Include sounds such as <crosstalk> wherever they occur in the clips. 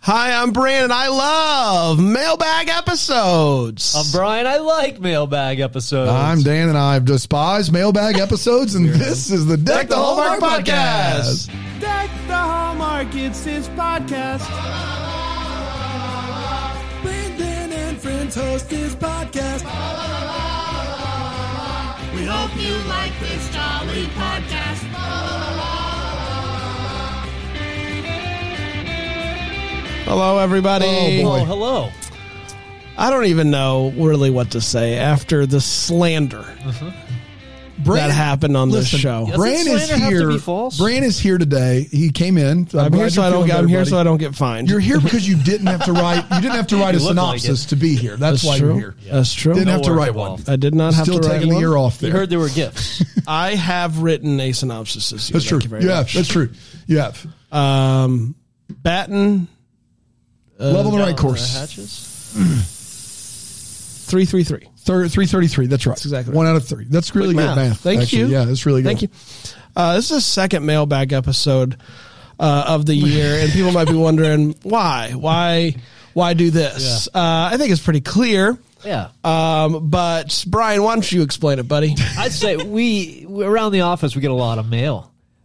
Hi, I'm Brandon. I love mailbag episodes. I'm Uh, Brian. I like mailbag episodes. I'm Dan, and I've despised mailbag episodes, and this is the Deck, the Hallmark, podcast. Deck the Hallmark, it's his podcast. Oh, Brandon and friends host his podcast. We hope you like this jolly podcast. Hello, everybody. Oh, boy. Oh, hello. I don't even know really what to say after the slander that happened on Listen, this show. Doesn't Bran is slander have to here. be false? Bran is here today. He came in. So I'm glad here so you're I don't. feeling Get, I'm better, here buddy. so I don't get fined. You're here because you didn't have to write. You didn't have to write a <laughs> You look like synopsis it. to be here. That's, That's why true. you're here. That's true. Didn't have to worry write one. involved. I did not have Still to write taking one. the year off You there. heard there were <laughs> gifts. I have written a synopsis this year. that's true. Thank you very You have. much. That's true. You have. Um, Batten Level the Down right the course. hatches. <clears throat> three three three. Thir- 333. That's right. exactly right. One out of three. That's really Quick good math. math. Thank actually. you. Yeah, that's really good. Thank you. Uh, this is the second mailbag episode uh, of the year, and people might be wondering <laughs> why, why, why do this? Uh, I think it's pretty clear. Yeah. Um, but Brian, why don't you explain it, <laughs> buddy? I'd say we, we around the office we get a lot of mail.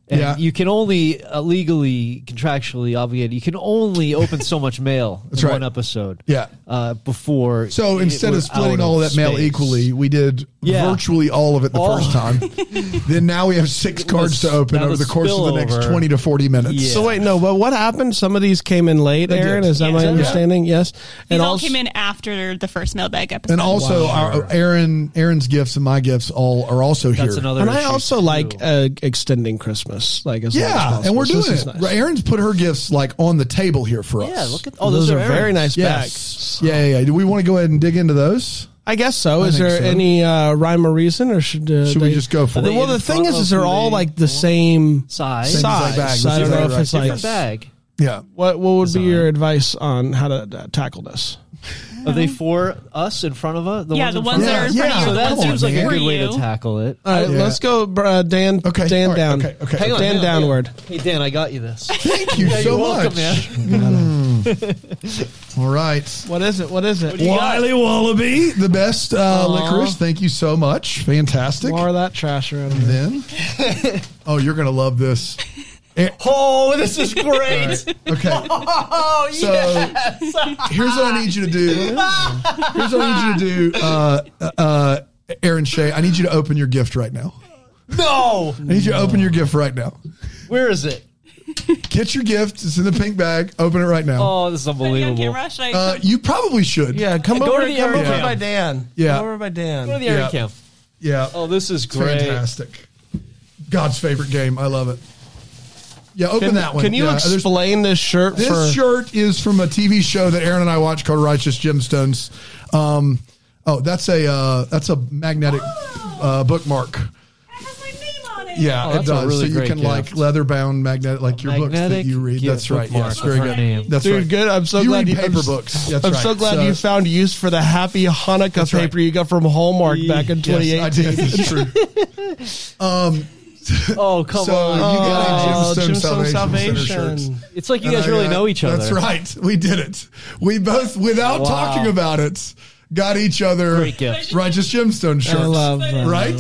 And Yeah. you can only uh, legally, contractually obligated. You can only open so much <laughs> mail in right. one episode. Yeah. Uh, before. So it- instead we're of out splitting all that mail space. equally, we did Yeah. virtually all of it the All. first time. <laughs> then now we have six cards to was- open that over was the course of the next spillover. 20 to 40 minutes. Yeah. So wait, no, but what happened? Some of these came in late, did. Aaron. Is that Yeah. my Yeah. understanding? Yes. These all also- came in after the first mailbag episode. And also, our, Aaron, Aaron's gifts and my gifts all are also That's here. another. and I issue, also too. like uh, extending Christmas, like as long as Yeah, possible. and we're So doing this it. is nice. Aaron's put her gifts like on the table here for us. Yeah. Look at. Oh, Oh, those, are, Aaron's. very nice bags. Yes. Yeah, yeah, yeah. Do we want to go ahead and dig into those? I guess so. Is think there so. any uh, rhyme or reason, or should uh, Should we just go for Are it? they Well, in the front thing is, of is they're who all they- like the same size. Same size. exact bag. So I don't Let's know do if that it's right. like Different bag. yeah. what. What would be your advice on how to uh, tackle this? Are they for us in front of us? The yeah, ones the in ones front that of are in us? Yeah, front yeah, of So come you, the that ones on, seems that like a were good way to you. tackle it. All right, Yeah. let's go, uh, Dan. Okay. Dan All right. down. Okay. Okay. Hang on, Dan hang on. downward. Hey Dan, I got you <laughs> this. Thank you Yeah, so you're welcome, much. Hmm. All right. What is it? What is it? Wiley Wallaby, the best uh, licorice. Thank you so much. Fantastic. More of that trash around here. <laughs> Then, oh, you're gonna love this. Eh, Oh, this <laughs> is great. Oh, Okay. so here's what I need you to do. Here's what I need you to do, uh, uh, Aaron Shea. I need you to open your gift right now. No. I need you to open your gift right now. Where is it? Get your gift. It's in the pink bag. Open it right now. Oh, this is On unbelievable. camera, should I- Uh, you probably should. Yeah, come Go to over. the Come area. over Yeah. by Dan. Yeah. Come over by Go to the Dan. Aaron Yeah. camp. Yeah. Oh, this is great. Fantastic. God's favorite game. I love it. Yeah, open Can, that one. can you Yeah, there's- explain this shirt This for? shirt is from a TV show that Aaron and I watch called Righteous Gemstones. Um, oh, that's a uh, that's a magnetic uh, bookmark. It has my name on it. Yeah, Oh, it that's a does. really so you great can gift. like leather bound magnetic, like your books magnetic that you read. gift That's right. bookmark Yes, of very her good. name. That's Dude, right. good. I'm so you glad read you- paper I'm s- books. <laughs> That's I'm right. so glad you found use for the happy Hanukkah That's paper right. you got from Hallmark back in Yes, I 2018. did. <laughs> It's true. um, Oh, come so on. Oh. you Oh, got a Gemstone, Gemstone Salvation, Salvation. Center shirts. It's like you And guys I really got- know each other. That's right. We did it. We both, without Wow. talking about it, got each other Great gift. righteous gemstone shirts. love that. Right?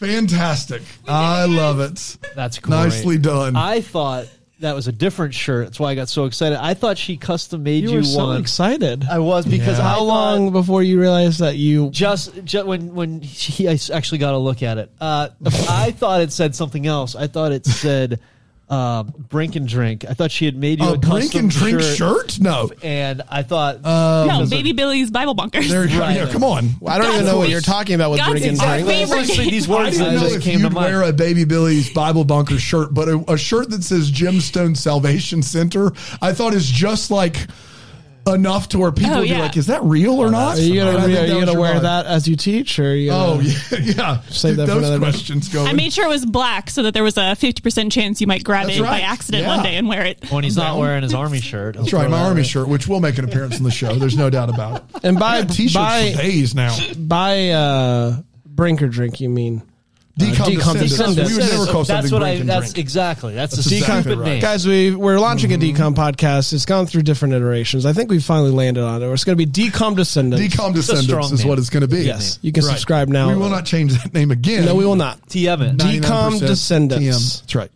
Fantastic. I love it. That's great. Nicely done. I thought that was a different shirt. That's why I got so excited. I thought she custom made You you, were so one. excited. I was because Yeah. I How thought- long before you realized that you? just, just when when he I actually got a look at it. Uh, I thought it said something else. I thought it said um, "brink and drink." I thought she had made you a, a drink custom and drink shirt? Um, No. and I thought no, Baby Billy's Bible Bunkers. There you go. Right. Yeah, come on. I don't even know what you're talking about with God's drinking exact drinks. favorite. honestly, these <laughs> I words didn't that know just if came to you'd mind. wear a Baby Billy's Bible Bunker shirt, but a, a shirt that says Gemstone Salvation Center, I thought is just like enough to where people Oh, would be yeah. like, is that real or not? Are Uh, you And I gonna, think are that you was gonna your wear vibe. that as you teach, or are you? gonna- Oh, yeah. <laughs> yeah. Save that for those another day. questions go. I made sure it was black so that there was a 50% chance you might grab That's it right. by accident Yeah. one day and wear it. when he's not wearing his army shirt. That's right, my army shirt, which will make an appearance in the show. There's no doubt about <laughs> it. And by I got t-shirts for by days now. by uh, brink or drink, you mean Decom decom descendants. We would descendants. never call that's something what I. break and That's drink. exactly. That's, That's a exactly stupid right. Mm-hmm. name. Guys, we we're launching a decom podcast. It's gone through different iterations. I think we finally landed on it. It's going to be decom descendants. Decom descendants strong is name. what it's going to be. Yes, you can subscribe now. We will not change that name again. No, we will not. T. Evan. 99% Decom descendants. TM. That's right.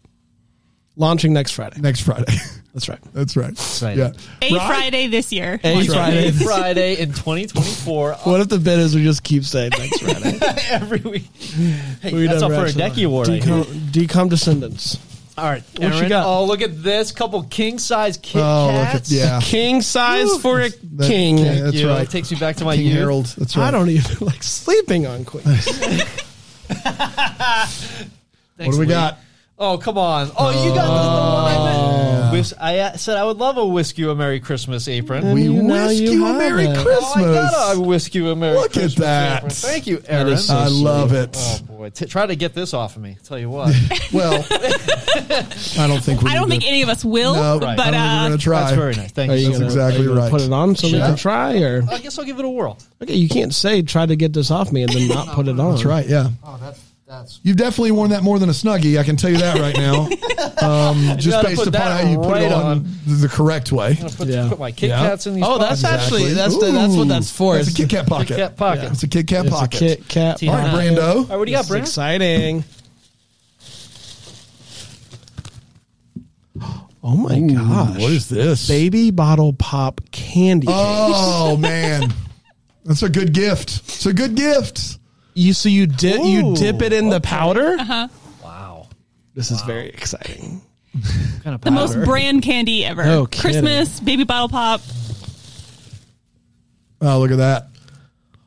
Launching next Friday. Next Friday. <laughs> That's right. That's right. right. Yeah. A Right? Friday this year. A Friday. <laughs> Friday in 2024. What if the bit is we just keep saying next <laughs> Friday? every week. Hey, We that's never up for a actually- Decky Award. I hear. Decom, decom descendants. All right, you Aaron, got? Oh, look at this couple king size Kit Oh, look at, Kats. yeah. King size for a That- king. yeah, that's You know, right. It takes me back to my King youth. Harold. That's right. I don't even <laughs> like sleeping on queens. What do we got? Oh, come on. Oh, you got this, the one I meant. Whis- I uh, said I would love a Whisk You a Merry Christmas apron. We You know whisk you you a have Merry it. Oh, I Christmas. Oh, I got a Whisk You a Merry Look at Christmas that. apron. Thank you, Aaron. is so I love it. oh, boy. T- try to get this off of me. Tell you <laughs> what. Well, I don't think we I don't need think to- any of us will, No, I don't but think we're uh, going to try. That's very nice. Thank Are you you. That's gonna, exactly are you gonna right. Put it on so we Yeah. can try, or I guess I'll give it a whirl. okay, you can't say try to get this off me and then not put it on. That's right. Yeah. Oh, that's that's You've definitely worn that more than a snuggie. I can tell you that right now. Um, just gotta based put upon that how you put it right on, on. the correct way. put, Yeah. put my Kit Yeah. Kats in these. Oh, that's pockets. actually that's the, that's what that's for. It's a Kit Kat pocket. Kit Kat pocket. It's a Kit Kat It's a pocket. Kit Kat. All All right, pocket. Brando. All right, what do you got, It's Brandon? exciting. <gasps> Oh my gosh! What is this? baby bottle pop candy? Oh man, that's a good gift. It's a good gift. You so you dip you dip it in the powder. Wow. <laughs> This is very exciting. Kind of the most brand candy ever. No kidding. Christmas, baby bottle pop. Oh look at that.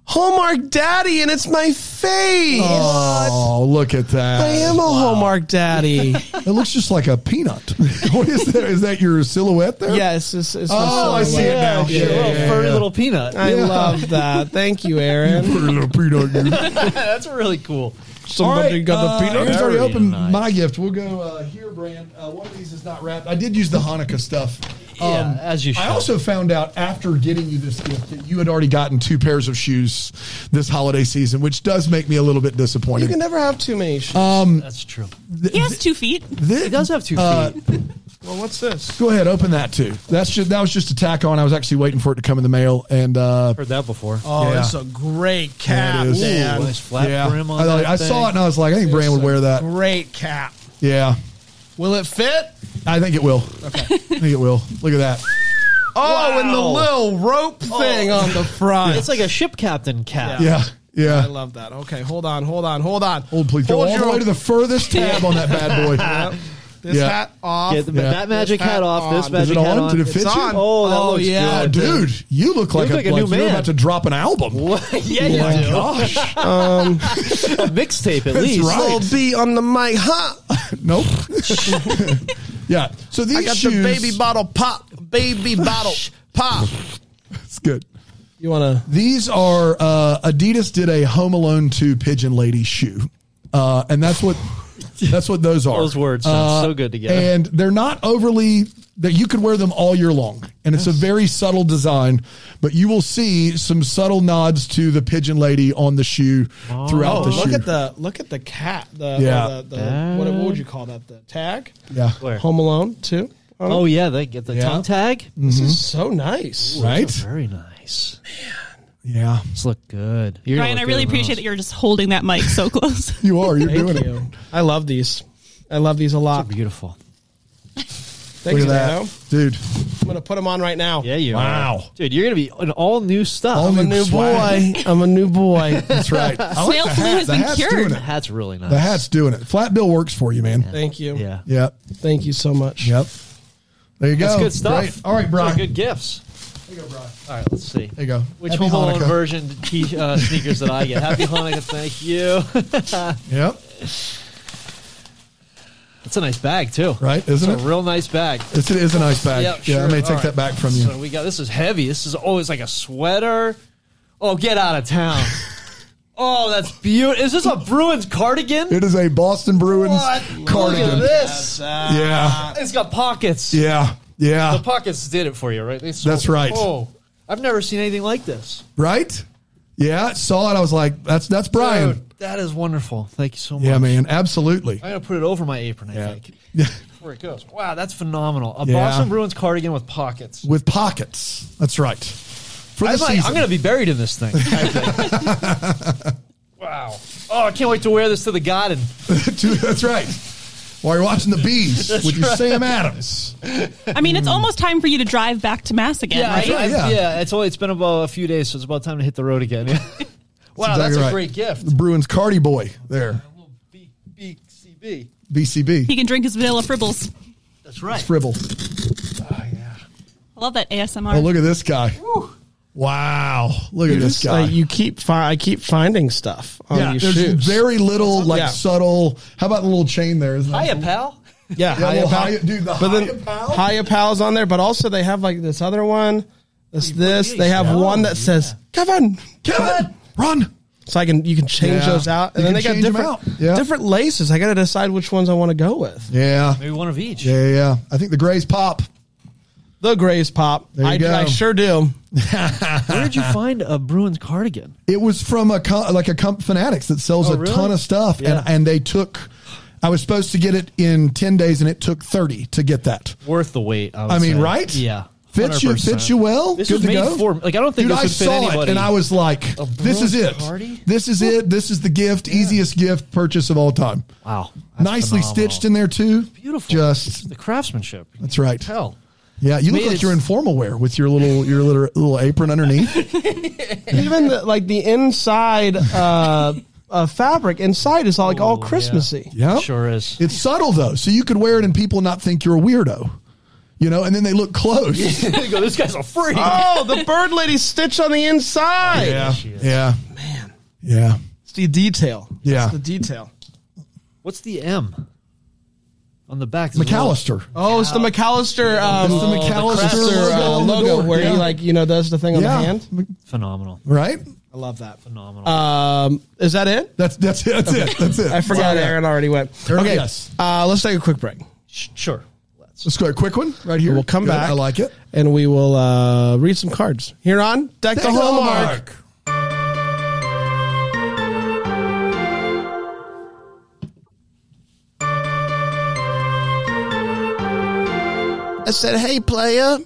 Hallmark Daddy, and it's my face. Oh look at that. I am a Hallmark Daddy. It looks just like a peanut. <laughs> what is that? Is that your silhouette <laughs> there? yes, it's, it's my Oh, I see silhouette. it now. yeah, Yeah, little yeah, furry yeah. little peanut. I Yeah. love that. Thank you, Aaron. Put a little peanut. in it. that's really cool. <laughs> Somebody got a Uh, peanut. Aaron's already Very opened nice. my gift. We'll go uh, here, Brand. Uh, one of these is not wrapped. I did use the Hanukkah stuff. Um, Yeah, as you I should. also found out after getting you this gift that you had already gotten two pairs of shoes this holiday season, which does make me a little bit You disappointed. can never have too many. shoes. That's true. He has two feet. Thi- It does have two feet. Uh, well, what's this? Go ahead, open that too. That's just that was just a tack on. I was actually waiting for it to come in the mail, and uh, Heard that before. Oh, Yeah. it's a great Yeah, cap, it is. man. Ooh, nice flat brim on I, that I saw it and I was like, I think Brand would wear that. Great cap. Yeah, Will it fit? I think it will. Okay, I think it will. Look at that. Oh, and the little rope thing on the front. It's like a ship captain cap. Yeah, yeah. I love that. Okay, hold on, hold on, hold on. Old please go Hold all the your- way to <laughs> the furthest tab on that bad boy. Uh, this Yeah. hat off. Get the- Yeah. That magic Hat hat, off. on. This Is magic it hat on? on. Did it fit It's you? on. Oh, that looks yeah, good. Dude, you look like, look like a new You're man. about to drop an album. What? <laughs> yeah, Oh you my do. <laughs> gosh! A mixtape at That's least. right. Little B on the mic, huh? nope. <laughs> <laughs> yeah. So these I got shoes. the baby bottle pop, <laughs> baby bottle pop. It's good. You want to? These are uh, Adidas did a Home Alone two Pigeon Lady shoe, uh, and that's what that's what those are. Uh, Those words sound so good together. And they're not overly that you could wear them all year long, and it's a very subtle design. But you will see some subtle nods to the Pigeon Lady on the shoe throughout the Oh, look shoe. at the look at the cat. The, Yeah. The, the, what, what would you call that? The tag. yeah, Where? Home Alone too. Oh yeah, they get the Yeah. tongue tag. This is so nice. mm-hmm. right? Very nice. Yeah, These look good. You're gonna Ryan, I look really good in appreciate those. that you're just holding that mic <laughs> so close. you are. You're doing Thank it. you. I love these. I love these a lot. Beautiful. Thank Look you, at that, Dano. dude. I'm gonna put them on right now. Yeah, you. Wow. Are. Dude, you're gonna be an all new stuff. All I'm a new Swag. boy. I'm a new <laughs> boy. That's <laughs> right. I Snail the flu hat. has The been hat's cured. Doing the it. hat's really nice. The hat's doing it. Flat bill works for you, man. Thank you. Yeah. Yep. Thank you so much. Yep. There you go. That's good stuff. Great. All right, Brock. Those are Good gifts. There you go, Brock. All right, let's see. There you go. Which Happy Home Alone Hanukkah. version t- uh, <laughs> sneakers that I get? Happy Hanukkah, thank you. <laughs> Yep. That's a nice bag too, Right, isn't It's it? a real nice bag. It's, it is a nice bag. Yep, Yeah, I sure. may take All that right. back from you. So we got this is heavy. This is always like a sweater. Oh, get out of <laughs> town. oh, that's beautiful. Is this a Bruins cardigan? It is a Boston Bruins What? Look at cardigan. this. Yeah. It's got pockets. Yeah. The Yeah. pockets did it for you, right? They sold That's it. right. Oh, I've never seen anything like this. Right? Yeah. Saw it. I was like, that's that's Brian. Dude. That is wonderful. Thank you so much. Yeah, man, absolutely. I'm gonna put it over my apron. I think. <laughs> Where it goes. Wow, that's phenomenal. A Yeah. Boston Bruins cardigan with pockets. With pockets. That's right. For the I might, season. I'm <laughs> gonna be buried in this thing. I think. wow. Oh, I can't wait to wear this to the garden. Two- that's right. While you're watching the <laughs> bees with your Sam Adams. I mean, it's almost time for you to drive back to Mass again, Yeah, right? I, I, Mm. yeah. yeah. It's only it's been about a few days, so it's about time to hit the road again. <laughs> wow, that's a Exactly right. great gift. The Bruins Cardi boy there. B- BCB. He BCB. can drink his vanilla fribbles. That's right. Fribble. I love that ASMR. Oh, look at this guy. Wow. Look at this It's guy. like you keep fi- I keep finding stuff on yeah, your there's shoes. very little like Yeah. subtle. How about the little chain there? Isn't Hiya, it? pal. yeah, Yeah, Hiya little Pal. Hiya- dude, the but then Hiya Pal? Hiya Pal's on there, but also they have like this other one. This this they have Oh, one that says Kevin. Kevin, run. So I can you can change Yeah. those out, and then You can they got change 'em out. different Yeah. different laces. I got to decide which ones I want to go with. Yeah. Maybe one of each. Yeah, yeah. I think the Grays pop. The Grays pop. There you I, go. I sure do. Where did you find a Bruins cardigan? It was from a co- like a comp fanatics that sells Oh, a really? ton of stuff, Yeah. and and they took. I was supposed to get it in ten days, and it took thirty to get that. Worth the wait. I, would I mean, say. right? Yeah. Fits you, 100%. fits you well. This Good was to made go. for like I don't think Dude, this I would fit saw anybody. it, and I was like, A "This is Bruins it. party? This is it. This is the gift. Easiest gift purchase of all time. wow, that's Nicely phenomenal. stitched in there too. Beautiful. Just the craftsmanship. that's right. Hell, <laughs> Yeah, you Made look like it- you're in formal wear with your little your little, little <laughs> apron underneath. Even the, like the inside uh, uh, fabric inside is all, like all Ooh, yeah. Christmassy. Yeah, sure is. It's subtle though, so you could wear it and people not think you're a weirdo. You know, and then they look close. They go, this guy's a freak. Uh, Oh, the bird lady stitch on the inside. Yeah, she is. yeah, Man, yeah. it's the detail. Yeah. It's the detail. What's the M on the back? There's a little- McAllister. Oh, it's the McAllister um, It's the the McAllister crest. Allister, logo, uh, on the logo door. where yeah. he like you know does the thing on yeah. the hand. Phenomenal. right. Uh, I love that. Phenomenal. Um, is that it? That's that's it. That's it. That's it. I forgot Yeah. Aaron already went. Aaron, okay, yes. uh, let's take a quick break. Sh- sure. Let's- Let's go. A quick one right here. We'll come Good. back. I like it. and we will uh, read some cards here on Deck, the Hallmark. I said, "Hey, <laughs> player."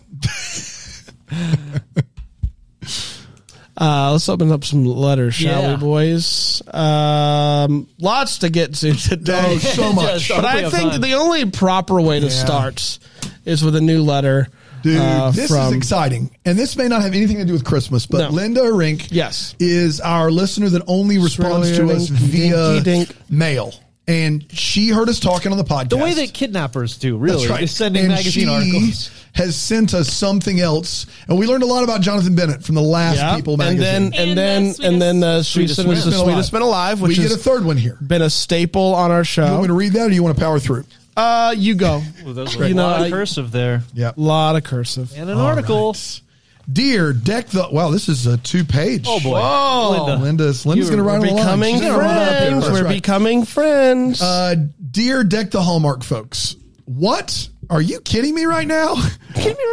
Uh, let's open up some letters, shall Yeah. we, boys? Um, lots to get to today. <laughs> Oh, so much. Yeah, but hopefully I have think time. the only proper way to start is with a new letter. Dude, uh, this is from- exciting. And this may not have anything to do with Christmas, but No. Linda Rink Yes. is our listener that only responds to us Srilly-dink, via dinky-dink. mail. And she heard us talking on the podcast. The way that kidnappers do, really, That's right. is sending And magazine she articles. Has sent us something else, and we learned a lot about Jonathan Bennett from the last Yeah. People and magazine. then and And then the and then the Sweetest sweetest and Win. the sweetest been alive, we which get a has third one here. You been a staple on our want show. me to read that, or do you want to power through? Uh, you go. Ooh, those You you know, know, I- cursive there. Yeah. lot of cursive. And an article. Dear deck the wow, this is a two page. Oh, boy. Linda. Linda's Linda's You're going to write a line. Becoming She's gonna write a lot of papers. friends. We're That's right. becoming friends. Uh, dear Deck the Hallmark folks, what? Are you kidding me right now?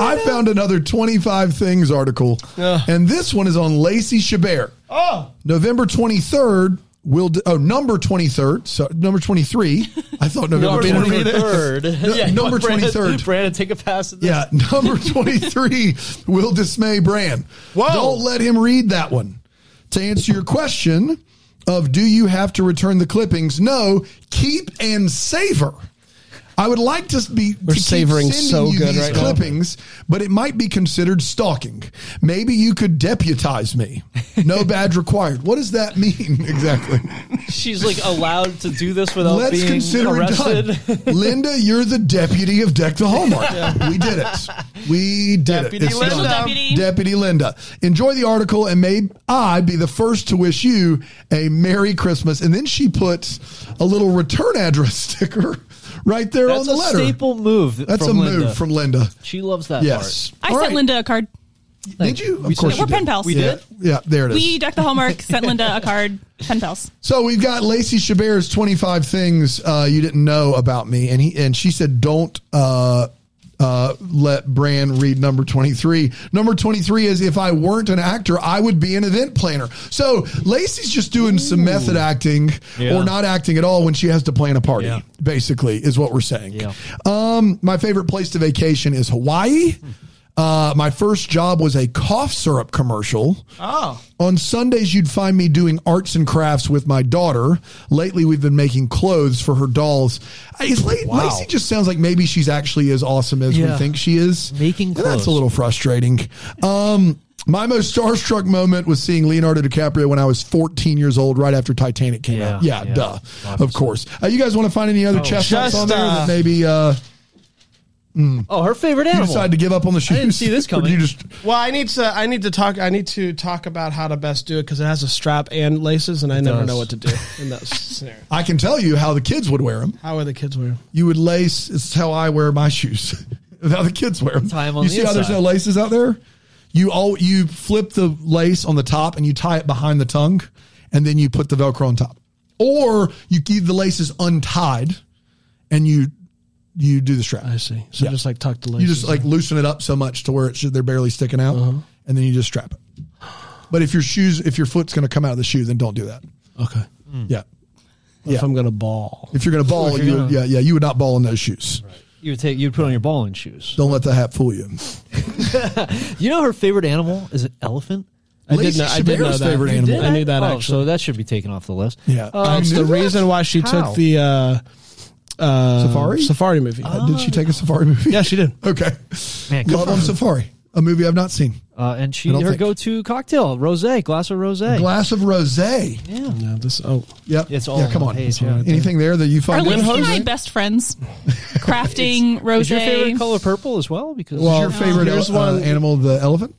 I found another 25 Things article, Ugh. and this one is on Lacey Chabert. oh, November 23rd will, d- oh, number 23rd, so number 23. I thought November 23rd. Third. <laughs> number Brandon- 23rd. Brandon, take a pass at this. Yeah, <laughs> <laughs> number 23 will dismay Bran. Whoa. Don't let him read that one. To answer your question of do you have to return the clippings? No, keep and savor. I would like to be to keep savoring sending so you good these right now. clippings, but it might be considered stalking. Maybe you could deputize me. <laughs> No badge required. What does that mean <laughs> exactly? She's like allowed to do this without Let's being consider arrested. <laughs> it done. Linda, you're the deputy of Deck the Hallmark. We did it. We did Deputy it. It's Linda. done. Deputy. Deputy Linda. Enjoy the article, and may I be the first to wish you a Merry Christmas. And then she puts a little return address <laughs> sticker right there That's on the a letter. staple move. That's from a Linda. move from Linda. She loves that Yes. I All sent right. Linda a card. Did you? Of Yeah, course we're you did. pen pals. We Yeah. Yeah, there it is. We, Deck the Hallmark, sent Linda a card. <laughs> Pen pals. So we've got Lacey Chabert's 25 things uh, you didn't know about me, and he and she said don't uh, uh, let Bran read number 23. Number 23 is if I weren't an actor, I would be an event planner. So Lacey's just doing some method acting Yeah. or not acting at all when she has to plan a party, Yeah. basically, is what we're saying. Yeah. Um, my favorite place to vacation is Hawaii. Hmm. Uh, my first job was a cough syrup commercial. Ah. Oh. On Sundays, you'd find me doing arts and crafts with my daughter. Lately, we've been making clothes for her dolls. I- Is La- Wow. Lacey just sounds like maybe she's actually as awesome as we Yeah. think she is. Making And clothes. That's a little frustrating. Um, my most starstruck moment was seeing Leonardo DiCaprio when I was 14 years old, right after Titanic came Yeah, out. Yeah, yeah. duh. Of course. Uh, you guys want to find any other chest ups Just, on there uh, that maybe uh, Oh, her favorite you animal. decide to give up on the shoes? didn't see this Or coming. You just Well, I need to. I need to talk. I need to talk about how to best do it because it has a strap and laces, and I never does. know what to do in that scenario. I can tell you how the kids would wear them. How are the kids wearing? you would lace. It's how I wear my shoes. <laughs> how the kids wear them. Tie 'em on you the see how there's inside. no laces out there? You all you flip the lace on the top and you tie it behind the tongue, and then you put the Velcro on top. Or you keep the laces untied, and you you do the strap. I see. So Yeah. just like tuck the You laces. just like loosen it up so much to where it should, they're barely sticking out, and then you just strap it. But if your shoes, if your foot's going to come out of the shoe, then don't do that. okay. Yeah. If I'm gonna ball, If you're going to ball, you would, yeah, yeah, you would not ball in those shoes. You would take. You'd put on your balling shoes. Don't let the hat fool you. You know her favorite animal is an elephant. I did Lacey know. I did know Chabera's that. favorite You animal. did? I knew that oh, actually. So that should be taken off the list. Oh, Yeah. I That's knew the that. reason why she How? took the uh, uh, Safari? Safari Oh. movie. Uh, Did she take a safari movie? yeah, she did. Okay. Man, good Love for on her. Safari, a movie I've not seen. Uh, and she I don't her think- go to cocktail rosé, glass of rosé. Glass of Rosé. yeah. Yeah, this. Oh, Yep. It's all yeah, come on on. the page, yeah. Anything there that you Are find? Lindsay and I interesting? best friends? <laughs> Crafting, Is your favorite rosé. color purple as well? Because Is your favorite Here's uh, one- animal the elephant?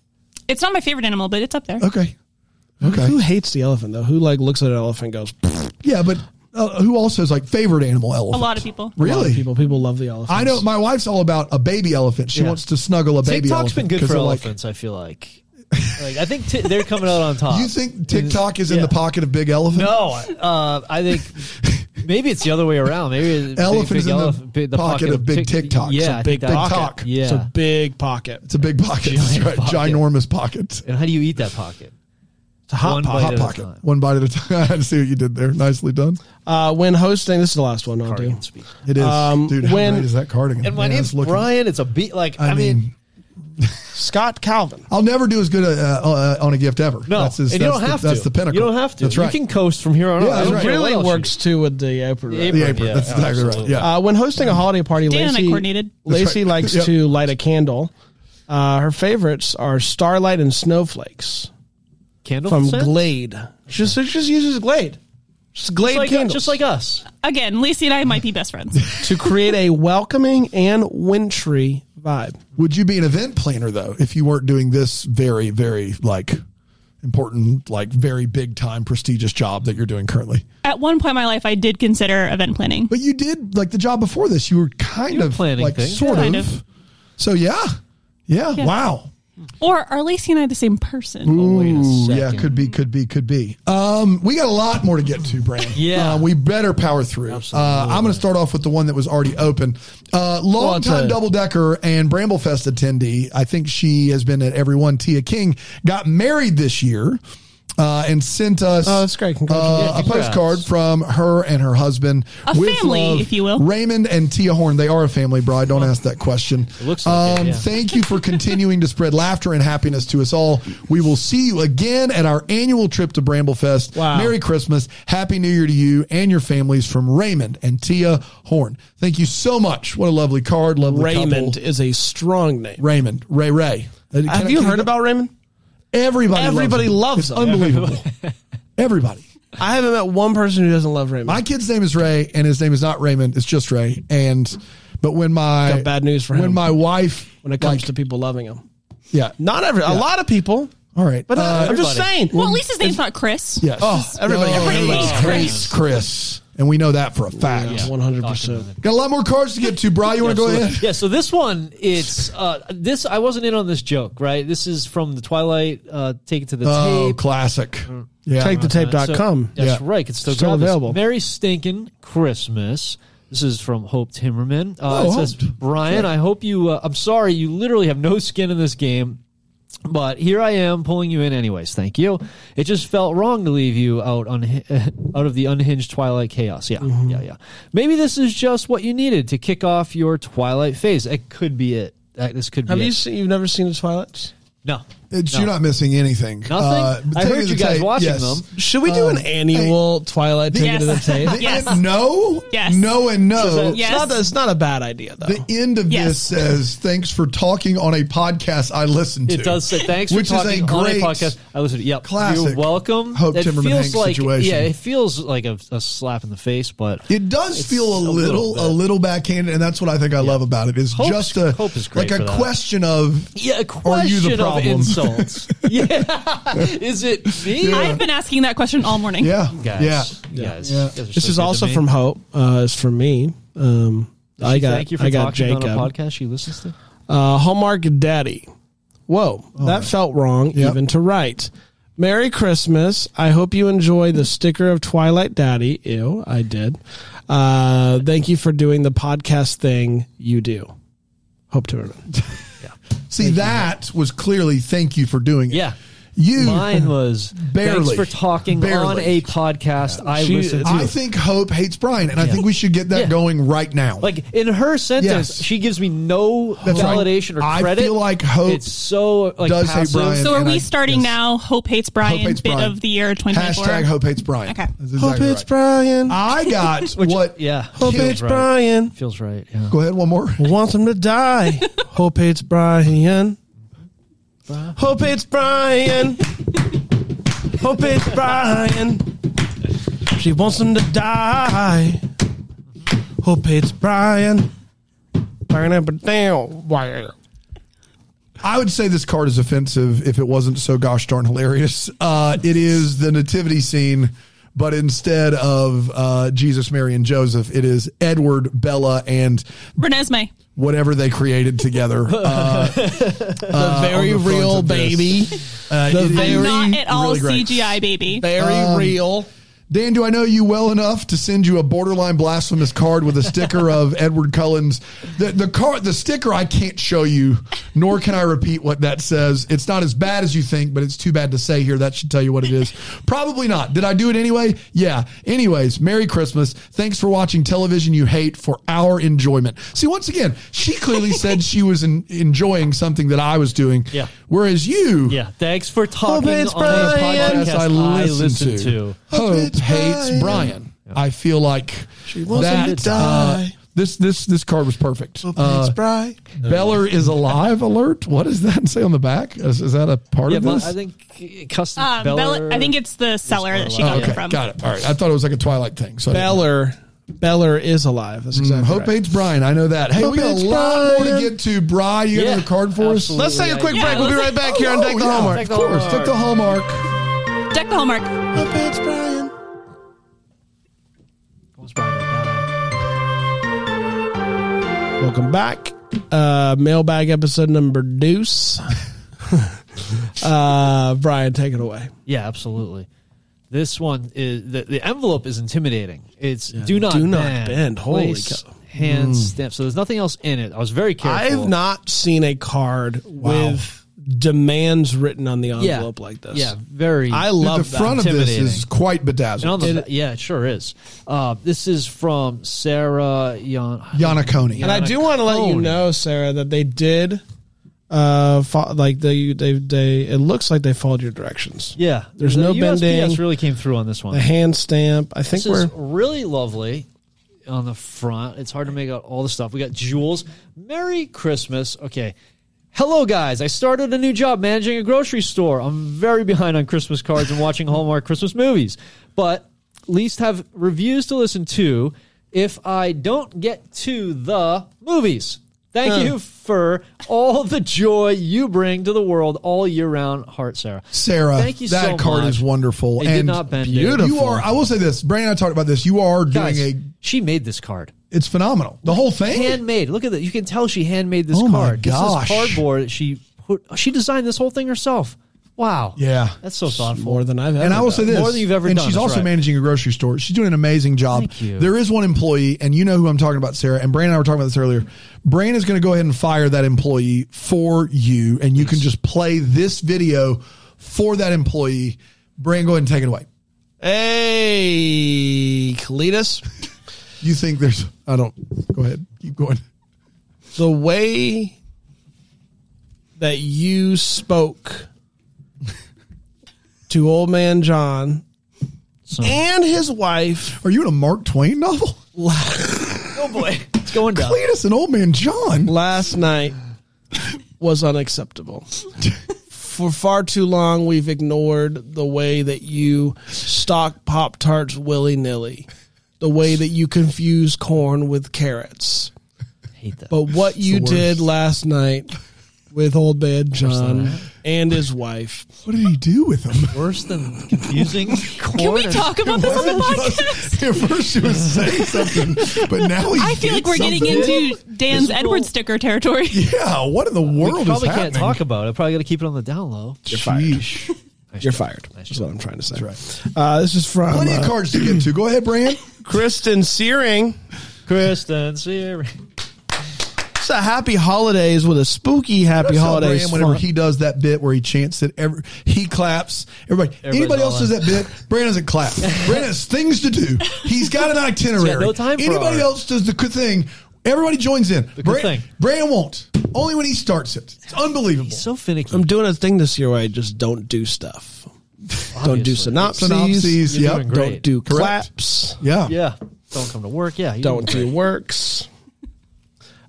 It's not my favorite animal, but it's up there. Okay. who Okay. hates the elephant though? Who like looks at an elephant and goes? "Pfft." Yeah, but uh, who also is like favorite animal elephant? A lot of people. A lot of Really? people people love the elephant. I know my wife's all about a baby elephant. She Yeah. wants to snuggle a baby TikTok's elephant. been good 'cause for they're like- elephants. I feel like, like I think t- they're coming out on top. you think TikTok is in Yeah. the pocket of big elephant? No, uh, I think maybe it's the other way around. Maybe the <laughs> Elephant is in the elef- big- pocket of big TikToks. Yeah, So I think big that- pocket. talk. Yeah. It's a big pocket. It's a big pocket. Giant That's <laughs> right. pocket. Ginormous pocket. and how do you eat that pocket? It's a hot One pocket. bite Hot at a pocket. time. One bite at a time. <laughs> I see what you did there. Nicely done. Uh, when hosting, this is the last one I'll do. Cardigan speak. It is, Um, dude. How when- great is that cardigan? And my Man, name's it's looking- Brian. It's a beat. Like I, I mean, mean, Scott Calvin. I'll never do as good uh, uh, on a gift ever. no, that's his, and you that's don't the, have That's to. the pinnacle. You don't have to. That's right. You can coast from here on Yeah, out. I that's don't It right. care what really else you works too with the apron. do. wrap. the apron. yeah, that's exactly right. absolutely. Yeah. Uh, when hosting a holiday party, Dan and I Lacey, coordinated. Lacey right. likes Yep. to light a candle. Uh, her favorites are Starlight and Snowflakes Candle from scent? Glade. She just, she just uses Glade. Just Glade Just like, candles. just like us. Again, Lacey and I might be <laughs> best friends. to create a welcoming and wintry vibe. Would you be an event planner though if you weren't doing this very, very like important, like very big time, prestigious job that you're doing currently? At one point in my life, I did consider event planning. But you did like the job before this. You were kind You were of planning like things. sort Kind of. of. So yeah. yeah, Wow. Or are Lacey and I the same person? Wait a Ooh, second. yeah, could be, could be, could be. Um, we got a lot more to get to, Brandon. <laughs> Yeah. uh, we better power through. Uh, I'm going to start off with the one that was already open. Uh, longtime I'll tell you. double decker and Bramblefest attendee. I think she has been at every one. Tia King got married this year. Uh, and sent us Oh, that's great. Congratulations. uh, Yeah, a congrats. postcard from her and her husband. A family, if you will. Raymond and Tia Horn. They are a family, Bri. Don't ask that question. Um, It looks like it, yeah. Thank you for continuing to spread laughter and happiness to us all. We will see you again at our annual trip to Bramblefest. Wow. Merry Christmas. Happy New Year to you and your families from Raymond and Tia Horn. Thank you so much. What a lovely card. Lovely Raymond couple. is a strong name. Raymond. Ray Ray. Uh, Have you heard about Raymond? everybody? Everybody loves It's him. unbelievable. <laughs> everybody. I haven't met one person who doesn't love Raymond. My kid's name is Ray, and his name is not Raymond. It's just Ray. And but when my Got bad news for when him. my wife when it comes like, to people loving him, yeah not every a lot of people, all right but uh, I'm just everybody. saying. Well, at least his name's not Chris. yes Oh, everybody- everybody hates hates Chris. Chris and we know that for a fact. Yeah. One hundred percent. Got a lot more cards to get to, Bri. You want to go Absolutely. ahead? Yeah, so this one, it's uh, this. I wasn't in on this joke, right? This is from the Twilight. Uh, take it to the Oh, tape. classic. Yeah, Take the Uh, so- tape.com. That's Yeah. right. It's still, Still got this. available. Merry stinking Christmas. This is from Hope Timmerman. Uh, Oh, it says, Hope. Brian, I hope you. Uh, I'm sorry, you literally have no skin in this game, but here I am pulling you in anyways. Thank you. It just felt wrong to leave you out on <laughs> out of the unhinged Twilight chaos. Yeah, Mm-hmm. yeah, yeah. Maybe this is just what you needed to kick off your Twilight phase. It could be it. That, this could Have be you it. seen? You've never seen the Twilights? no. It's, No. You're not missing anything. Uh, Nothing? I take heard it to you guys tape, watching them. Should we do an annual Twilight ticket Yes. to the tape? Yes. And No, Yes. no, and no. <laughs> Yes. It's not, that- it's not a bad idea though. The end of Yes. this says, "Thanks for talking on a podcast I listened to." It does say thanks Which for is a talking on a great podcast. I listened. Yep, classic You're welcome. Hope It Timberman feels Hanks like situation. yeah, it feels like a, a slap in the face, but It does feel a a, little little, bit. a little backhanded, and that's what I think I love about it. Is Hope's- just a Hope is great like for a that. question of yeah, a Are you the question of problem? insults. <laughs> <laughs> yeah, is it me? I've been asking that question all morning. yeah, Guys, yeah. you guys, Yeah. you guys are this so is good to also me. from Hope. Uh, it's from me. Um, I got. Thank you for I got talking Jacob. on a podcast she listens to. Uh, Hallmark Daddy. Whoa, that felt wrong Yep. even to write. Merry Christmas. I hope you enjoy the sticker of Twilight Daddy. Ew, I did. Uh, thank you for doing the podcast thing you do. Hope to remember. See, that was clearly thank you for doing it. Yeah. you. Mine was Barely. thanks for talking on Barely. a podcast I She- listen to. I think Hope hates Brian, and I think we should get that Yeah. going right now. like in her sentence, Yes. she gives me no That's right. validation I or credit. feel like Hope it's so like does hate passive. Brian. So are And I- we starting yes. now? Hope hates Brian Hope hates bit Brian. of the year 2024. hashtag Hope hates Brian. Okay. That's exactly hope it's right. Brian. <laughs> I got what? Yeah, Ah, hope feels it's right. Brian. Feels right. Yeah. Go ahead, one more. Want him to die. hope it's Brian. Hope it's Brian. hope it's Brian. She wants him to die. Hope it's Brian. Burn up and down. Wire. I would say this card is offensive if it wasn't so gosh darn hilarious. Uh, it is the nativity scene, but instead of uh, Jesus, Mary, and Joseph, it is Edward, Bella, and Renesmee. whatever they <laughs> created together. Uh, The very on the front real of this. baby. uh, The it is very- Not at all really great. CGI, baby. Very Um, real. Dan, do I know you well enough to send you a borderline blasphemous card with a sticker of Edward Cullen's? The, the card, the sticker, I can't show you, nor can I repeat what that says. It's not as bad as you think, but it's too bad to say here. That should tell you what it is. Probably not. Did I do it anyway? Yeah. Anyways, Merry Christmas. Thanks for watching television you hate for our enjoyment. See, once again, she clearly said she was en- enjoying something that I was doing. Yeah. Whereas you, Yeah. Thanks for talking on a it's Oh, Brian. podcast I listen, to. Hope it's hates Brian. Brian. I feel like uh, wants him to die. this this this card was perfect. Uh, Brian. Beller is alive alert. What does that say on the back? Is, is that a part Yeah, of but this? I think custom Um, Bella, I think it's the seller that she got okay, it from. got it. All right, I thought it was like a Twilight thing. So I didn't- Beller. Beller is alive. That's exactly Hope right. hates Brian. I know that. Hey, Hope we got hates a lot more to Brian. get to. Bri, you got Yeah, another card for absolutely. Let's take a oh, quick Yeah, break. We'll be right back here on Deck the yeah. Hallmark. us? Of course, take the hallmark. Deck the Hallmark. Hope it's Brian. Welcome back. Uh, mailbag episode number <laughs> deuce. uh, Brian, take it away. Yeah, absolutely. This one is the, the envelope is intimidating. It's do not Do bend, not bend. Holy place, cow. Mm. hand stamp. So there's nothing else in it. I was very careful. I've not seen a card with demands written on the yeah, envelope like this. Yeah, very. I love the front that. of this is Intimidating. quite bedazzled. And on the, yeah, it sure is. Uh, this is from Sarah Yon. Yana Coney. And I do Yana want to let you Coney. know, Sarah, that they did. Uh, fo- like they, they, they. It looks like they followed your directions. Yeah, There's the no USPS bending. Really came through on this one. <laughs> The hand stamp. I think This is we're really lovely on the front. It's hard to make out all the stuff. We got jewels. Merry Christmas. Okay. Hello, guys. I started a new job managing a grocery store. I'm very behind on Christmas cards and watching <laughs> Hallmark Christmas movies, but at least have reviews to listen to if I don't get to the movies. Thank you for all the joy you bring to the world all year round. Heart, Sarah. Sarah, Thank you that so card much. is wonderful It and did not bend it. You are. I will say this, Brian. and I talked about this. You are doing Guys, a. she made this card. It's phenomenal. The whole thing. handmade. Look at that. You can tell she handmade this Oh my card. This gosh. is cardboard. She put. She designed this whole thing herself. Wow. Yeah. That's so thoughtful. More than I've ever. And I will say done. this. More than you've ever and done, she's that's also right. managing a grocery store. She's doing an amazing job. Thank you. There is one employee, and you know who I'm talking about, Sarah. And Brandon and I were talking about this earlier. Brandon is going to go ahead and fire that employee for you, and you can just play this video for that employee. Brandon, go ahead and take it away. Hey, Cletus. You think there's, I don't, go ahead. Keep going. the way that you spoke to old man John So- and his wife. Are you in a Mark Twain novel? Oh boy. It's going down. Cletus and Old Man John. Last night was unacceptable. For far too long, we've ignored the way that you stock Pop Tarts willy nilly, the way that you confuse corn with carrots. hate that. But what you worst. did last night with old man John and his wife What did he do with him? Worse than <laughs> confusing. Can we talk about this on the <laughs> <laughs> podcast? At first she was saying something, but now he I feel like we're getting into Dan's Edward sticker territory. <laughs> Yeah, what in the world is Probably happening? can't talk about it. Probably got to keep it on the down low. Sheesh. You're fired. That's what I'm trying to say. That's Uh, this is from Plenty of uh, cards to get to. Go ahead, Brian. Kristen Searing. Kristen Searing. It's a happy holidays with a spooky happy That's how holidays. Brian, whenever font. he does that bit where he chants it, every, he claps. Everybody, anybody else all does in. that bit, Brian doesn't clap. Brian has things to do. He's got an itinerary. no time for anybody art. else does the good thing. Everybody joins in. The Brian, thing. Brian won't. Only when he starts it. It's unbelievable. So finicky. I'm doing a thing this year where I just don't do stuff. Don't do synopses. Synopses. You're Yep. doing great. Don't do Correct. claps. Yeah. yeah. Don't come to work. Yeah. you <laughs> Don't do works.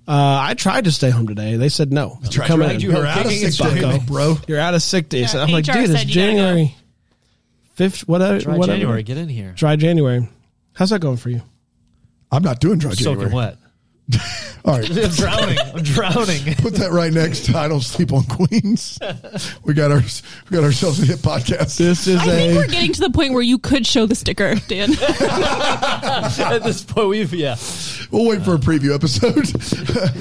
Uh, I tried to stay home today. They said no. Tried- Come tried in. you You're out of kicking six and day, bucko. bro. You're out of sick days. Yeah, I'm like, HR dude, it's said you gotta go. January fifth. Whatever. Try whatever. January. Get in here. Dry January. How's that going for you? <laughs> I'm not doing dry January. Soaking wet. All right. <laughs> I'm drowning. I'm drowning. put that right next to I don't sleep on Queens. We got our we got ourselves a hit podcast. This is I a. think we're getting to the point where you could show the sticker, <laughs> Dan. <laughs> Oh At this point, we've yeah. We'll wait for a preview episode.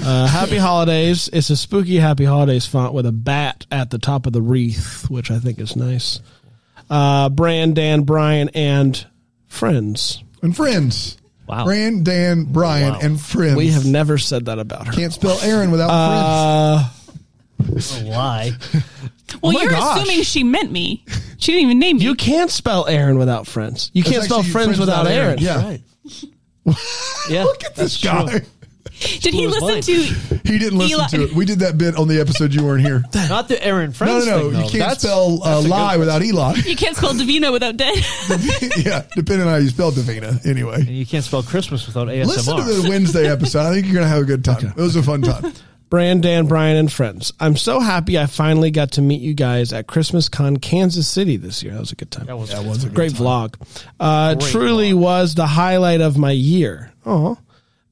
<laughs> Uh, happy holidays. It's a spooky happy holidays font with a bat at the top of the wreath, which I think is nice. Uh, Brand, Dan, Brian, and friends. and friends. Wow. Fran, Dan, Brian, Wow. and friends. We have never said that about her. <laughs> can't spell Aaron without Uh, Why? Well, my you're gosh. assuming she meant me. She didn't even name me. you can't spell Aaron without friends. You friends. can't It's spell actually friends, without Aaron. Yeah. Right. <laughs> yeah. Look at this that's guy. true. Did he Who was listen to? He didn't listen Eli- to it. We did that bit on the episode you weren't here. Not the Aaron No, Friends. no, no. thing, You though. can't That's- spell uh, that's a good- lie without Eli. You can't spell Davina <laughs> without Dan. yeah, depending on how you spell Davina. Anyway, And you can't spell Christmas without ASMR. listen to the Wednesday episode. I think you're going to have a good time. It was a fun time. Brand, Dan, Brian, and friends. I'm so happy I finally got to meet you guys at Christmas Con Kansas City this year. That was a good time. that <laughs> was, great vlog. Uh, Great truly was the highlight of my year. Oh,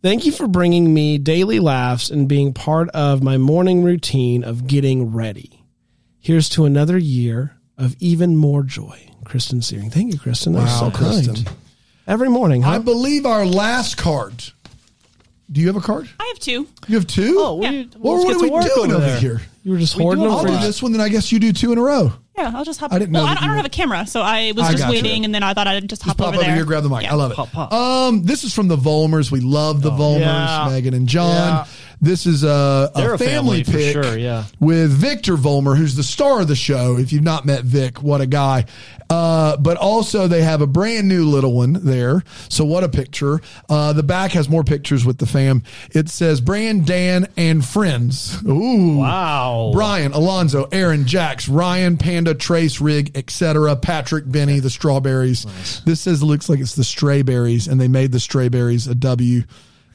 thank you for bringing me daily laughs and being part of my morning routine of getting ready. Here's to another year of even more joy. Kristen Searing. Thank you, Kristen. That was so Wow, kind. Kristen. Every morning, huh? I believe our last card. Do you have a card? I have two. You have two? <laughs> Oh, we, Yeah. what, let's what get are to we work doing over there. here? you were just We do hoarding have them I'll for do lot. this one, then I guess you do two in a row. Yeah, I'll just hop. I didn't know well, I that don't, I you don't were- have a camera, so I was I just gotcha. waiting, and then I thought I'd just hop Pop over over there. here, grab the mic. Yeah. I love it. Pop, pop. Um, this is from the Volmers. We love the Volmers, Yeah. Megan and John. Yeah. This is a, They're a, a family family, for pick sure, yeah. with Victor Volmer, who's the star of the show. If you've not met Vic, what a guy. Uh, but also, they have a brand new little one there. So, what a picture. Uh, the back has more pictures with the fam. It says Brand, Dan, and friends. Ooh. Wow. Brian, Alonzo, Aaron, Jax, Ryan, Panda, Trace, Rig, etc. Patrick, Benny, the strawberries. This says it looks like it's the Strayberries, and they made the Strayberries a W.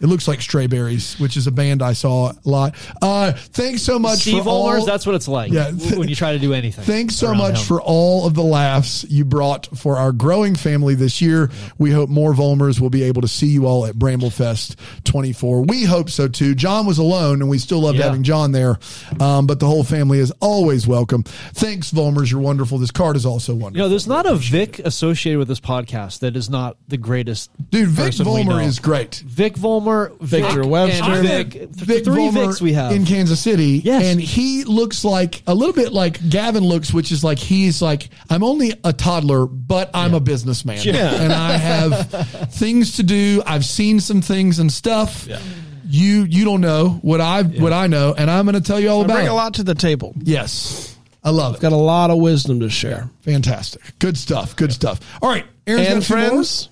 It looks like Strayberries, which is a band I saw a lot. Uh, thanks so much Steve for all. Olmers, that's what it's like Yeah. when you try to do anything. Thanks so around much him. for all of the laughs you brought for our growing family this year. We hope more Volmers will be able to see you all at Bramblefest 24. We hope so too. John was alone, and we still loved Yeah. having John there, um, but the whole family is always welcome. Thanks, Volmers. You're wonderful. This card is also You wonderful. know, there's not a Vic associated with this podcast that is not the greatest. Dude, Vic person we know. Volmer is great. Vic Volmer Vollmer, Vic, Victor and Webster. Vic. Vic, Th- Vic three Vollmer Vics we have. in Kansas City, Yes. and he looks like a little bit like Gavin looks, which is like he's like I'm only a toddler, but I'm a businessman, Yeah. <laughs> and I have things to do. I've seen some things and stuff. You you don't know what I what I know, and I'm going to tell you all I about bring it. a lot to the table. Yes, I love it. Got a lot of wisdom to share. Fantastic, good stuff. Good stuff. All right, Aaron's got a And few more. friends.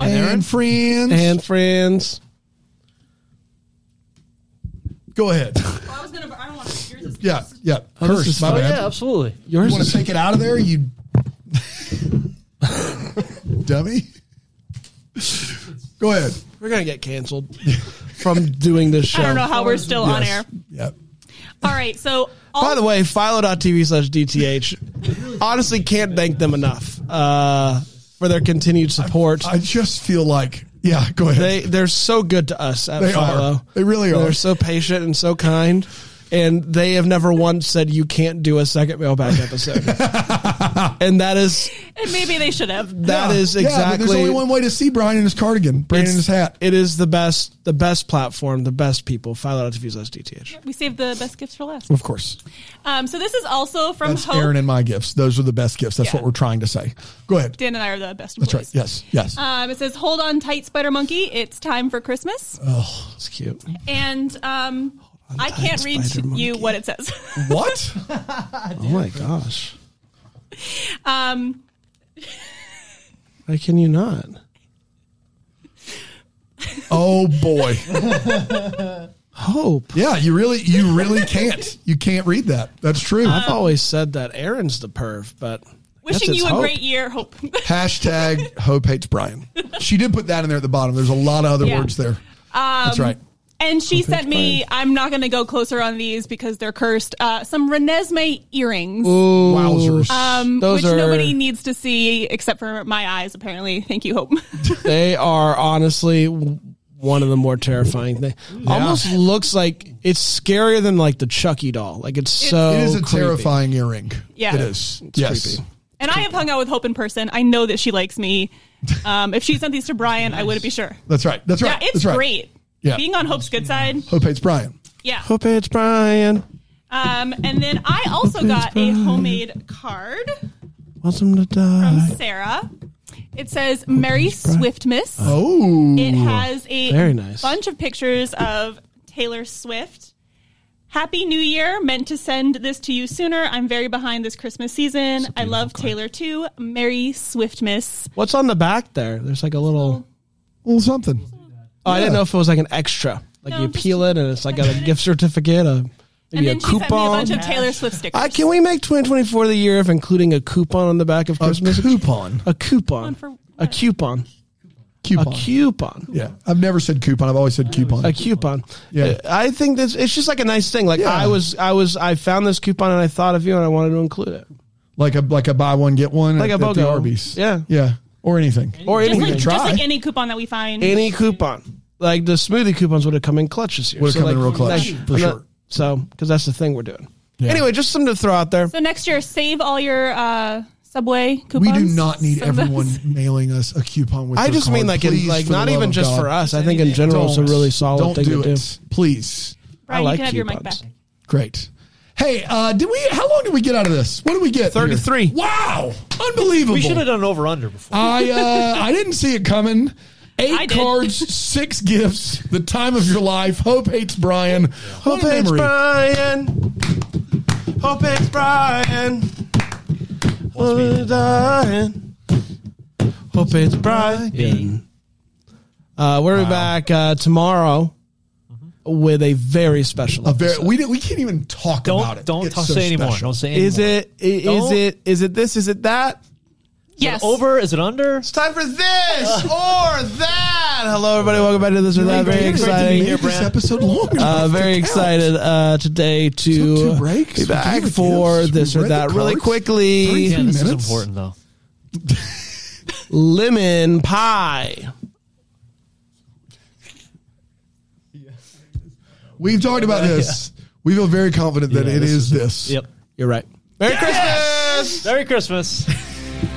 and, friends, And friends. go ahead. I was gonna. I don't want to. Yours is Yeah, yeah. this Curse, is my Oh, bad. yeah, absolutely. You Yours want to is take it out of there, you <laughs> dummy? Go ahead. we're gonna get canceled from doing this show. <laughs> I don't know how we're still on air. Yes. Yep. All right. So all, By the way, philo.tv slash DTH. Honestly, can't thank them enough uh, for their continued support. I just feel like, yeah, go ahead. they, they're so good to us at They Philo. are. They really are. They're so patient and so kind. And they have never once said, you can't do a second mailbag episode. <laughs> and that is and maybe they should have. that Yeah, is yeah, but exactly there's only one way to see Brian in his cardigan, Brian in It's- his hat. It is the best, the best platform, the best people. Philo.tv slash DTH. We saved the best gifts for last. of course. Um, so this is also from That's Hope. Aaron and my gifts. Those are the best gifts. That's Yeah. what we're trying to say. Go ahead. Dan and I are the best. That's right. employees. Yes. Yes. Um, it says, "Hold on tight, Spider Monkey. It's time for Uh, Christmas." It's cute. and um, I tight, can't read to Spider Monkey. you what <laughs> it says. what? Oh my gosh. um, Why can you not? Oh boy. Hope. Yeah, you really you really can't. You can't read that. That's true. Uh, I've always said that Aaron's the perv, but I guess Um, wishing it's you a hope. <laughs> great year. Hope. <laughs> Hashtag Hope hates Brian. She did put that in there at the bottom. There's a lot of other Yeah. Um, words there. That's right. And she sent me, I'm not going to go closer on these because they're cursed, uh, some Renesmee earrings, Wowzers. um, those which are- nobody needs to see except for my eyes, apparently. Thank you, Hope. <laughs> They are honestly w- one of the more terrifying things. Almost looks like it's scarier than like the Chucky doll. Like it's so. it is a creepy. terrifying earring. Yeah. It is. It's yes. creepy. and I have hung out with Hope in person. I know that she likes me. Um, if she sent these to Brian, I wouldn't be sure. That's right. That's Yeah, right. it's That's right. great. Yeah. Being on Hope's good side. Hope hates Brian. Yeah. Hope it's Brian. Um, and then I also got a homemade card Wants him to from die. Sarah. It says Merry Swiftmas. Oh. It has a Very nice. bunch of pictures of Taylor Swift. Happy New Year. Meant to send this to you sooner. I'm very behind this Christmas season. I love Taylor too. Merry Swiftmas. What's on the back there? There's like a little. Well, something. Oh, I didn't know if it was like an extra. Like No, you just- peel it and it's like got <laughs> a gift certificate, a And maybe a then she sent me a coupon. bunch of Taylor Swift stickers. I, can we make 2024 the year of including a coupon on the back of A Christmas? coupon. A coupon. Coupon for A what? coupon. A Coupon. coupon. yeah. I've never said coupon. I've always said coupon. A coupon. Uh, Yeah. I think that's it's just like a nice thing. Like Yeah. I was I was I found this coupon and I thought of you and I wanted to include it. like a like a buy one get one Like at, a at the BOGO. Arby's. Yeah. Yeah. Or anything. Or just, anything. like, just try. like any coupon that we find. Any coupon. Like the smoothie coupons would have come in clutch this year. Would've come like, in real clutch, for I'm sure. so because that's the thing we're doing. Yeah. Anyway, just something to throw out there. so next year, save all your uh, Subway We coupons. do not need Some of those. everyone mailing us a coupon with I their just mean like card. Please, in, like for the not love even of just God. for us. I think in general it's a Don't. really solid Don't thing do to it. do. Please. I <laughs> Brian, like you can have your mic back. coupons. Great. Hey, uh, did we? How long did we get out of this? What did we get? 33. Wow, unbelievable. We should have done over under before. I uh, I didn't see it coming. I Eight did. cards, six gifts. The time of your life. Hope hates Brian. Hope Hope it's hates Brian. Brian. Hope it's Brian. Hope it's Brian. Hope it's Brian. Uh, we're back uh, tomorrow with a very special. A very, episode. we didn't, we can't even talk about Don't don't it. It's t- so say anymore. special. Don't say anymore. is it? i- Is Don't- it? Is it this? Is it that? Yes. over? Is it under? It's time for this or <laughs> that. Hello, everybody. Welcome back to this or that. Very Great to exciting. make This episode long. Uh, enough to very count. excited uh, today Took two to breaks. be We back gave for gifts. this We or read the that. Really cards. quickly, Three Yeah, this minutes? is important though. lemon pie. We've talked about this. We feel very confident that Yeah, it this is this. Yep. You're right. Merry Christmas. Merry Christmas.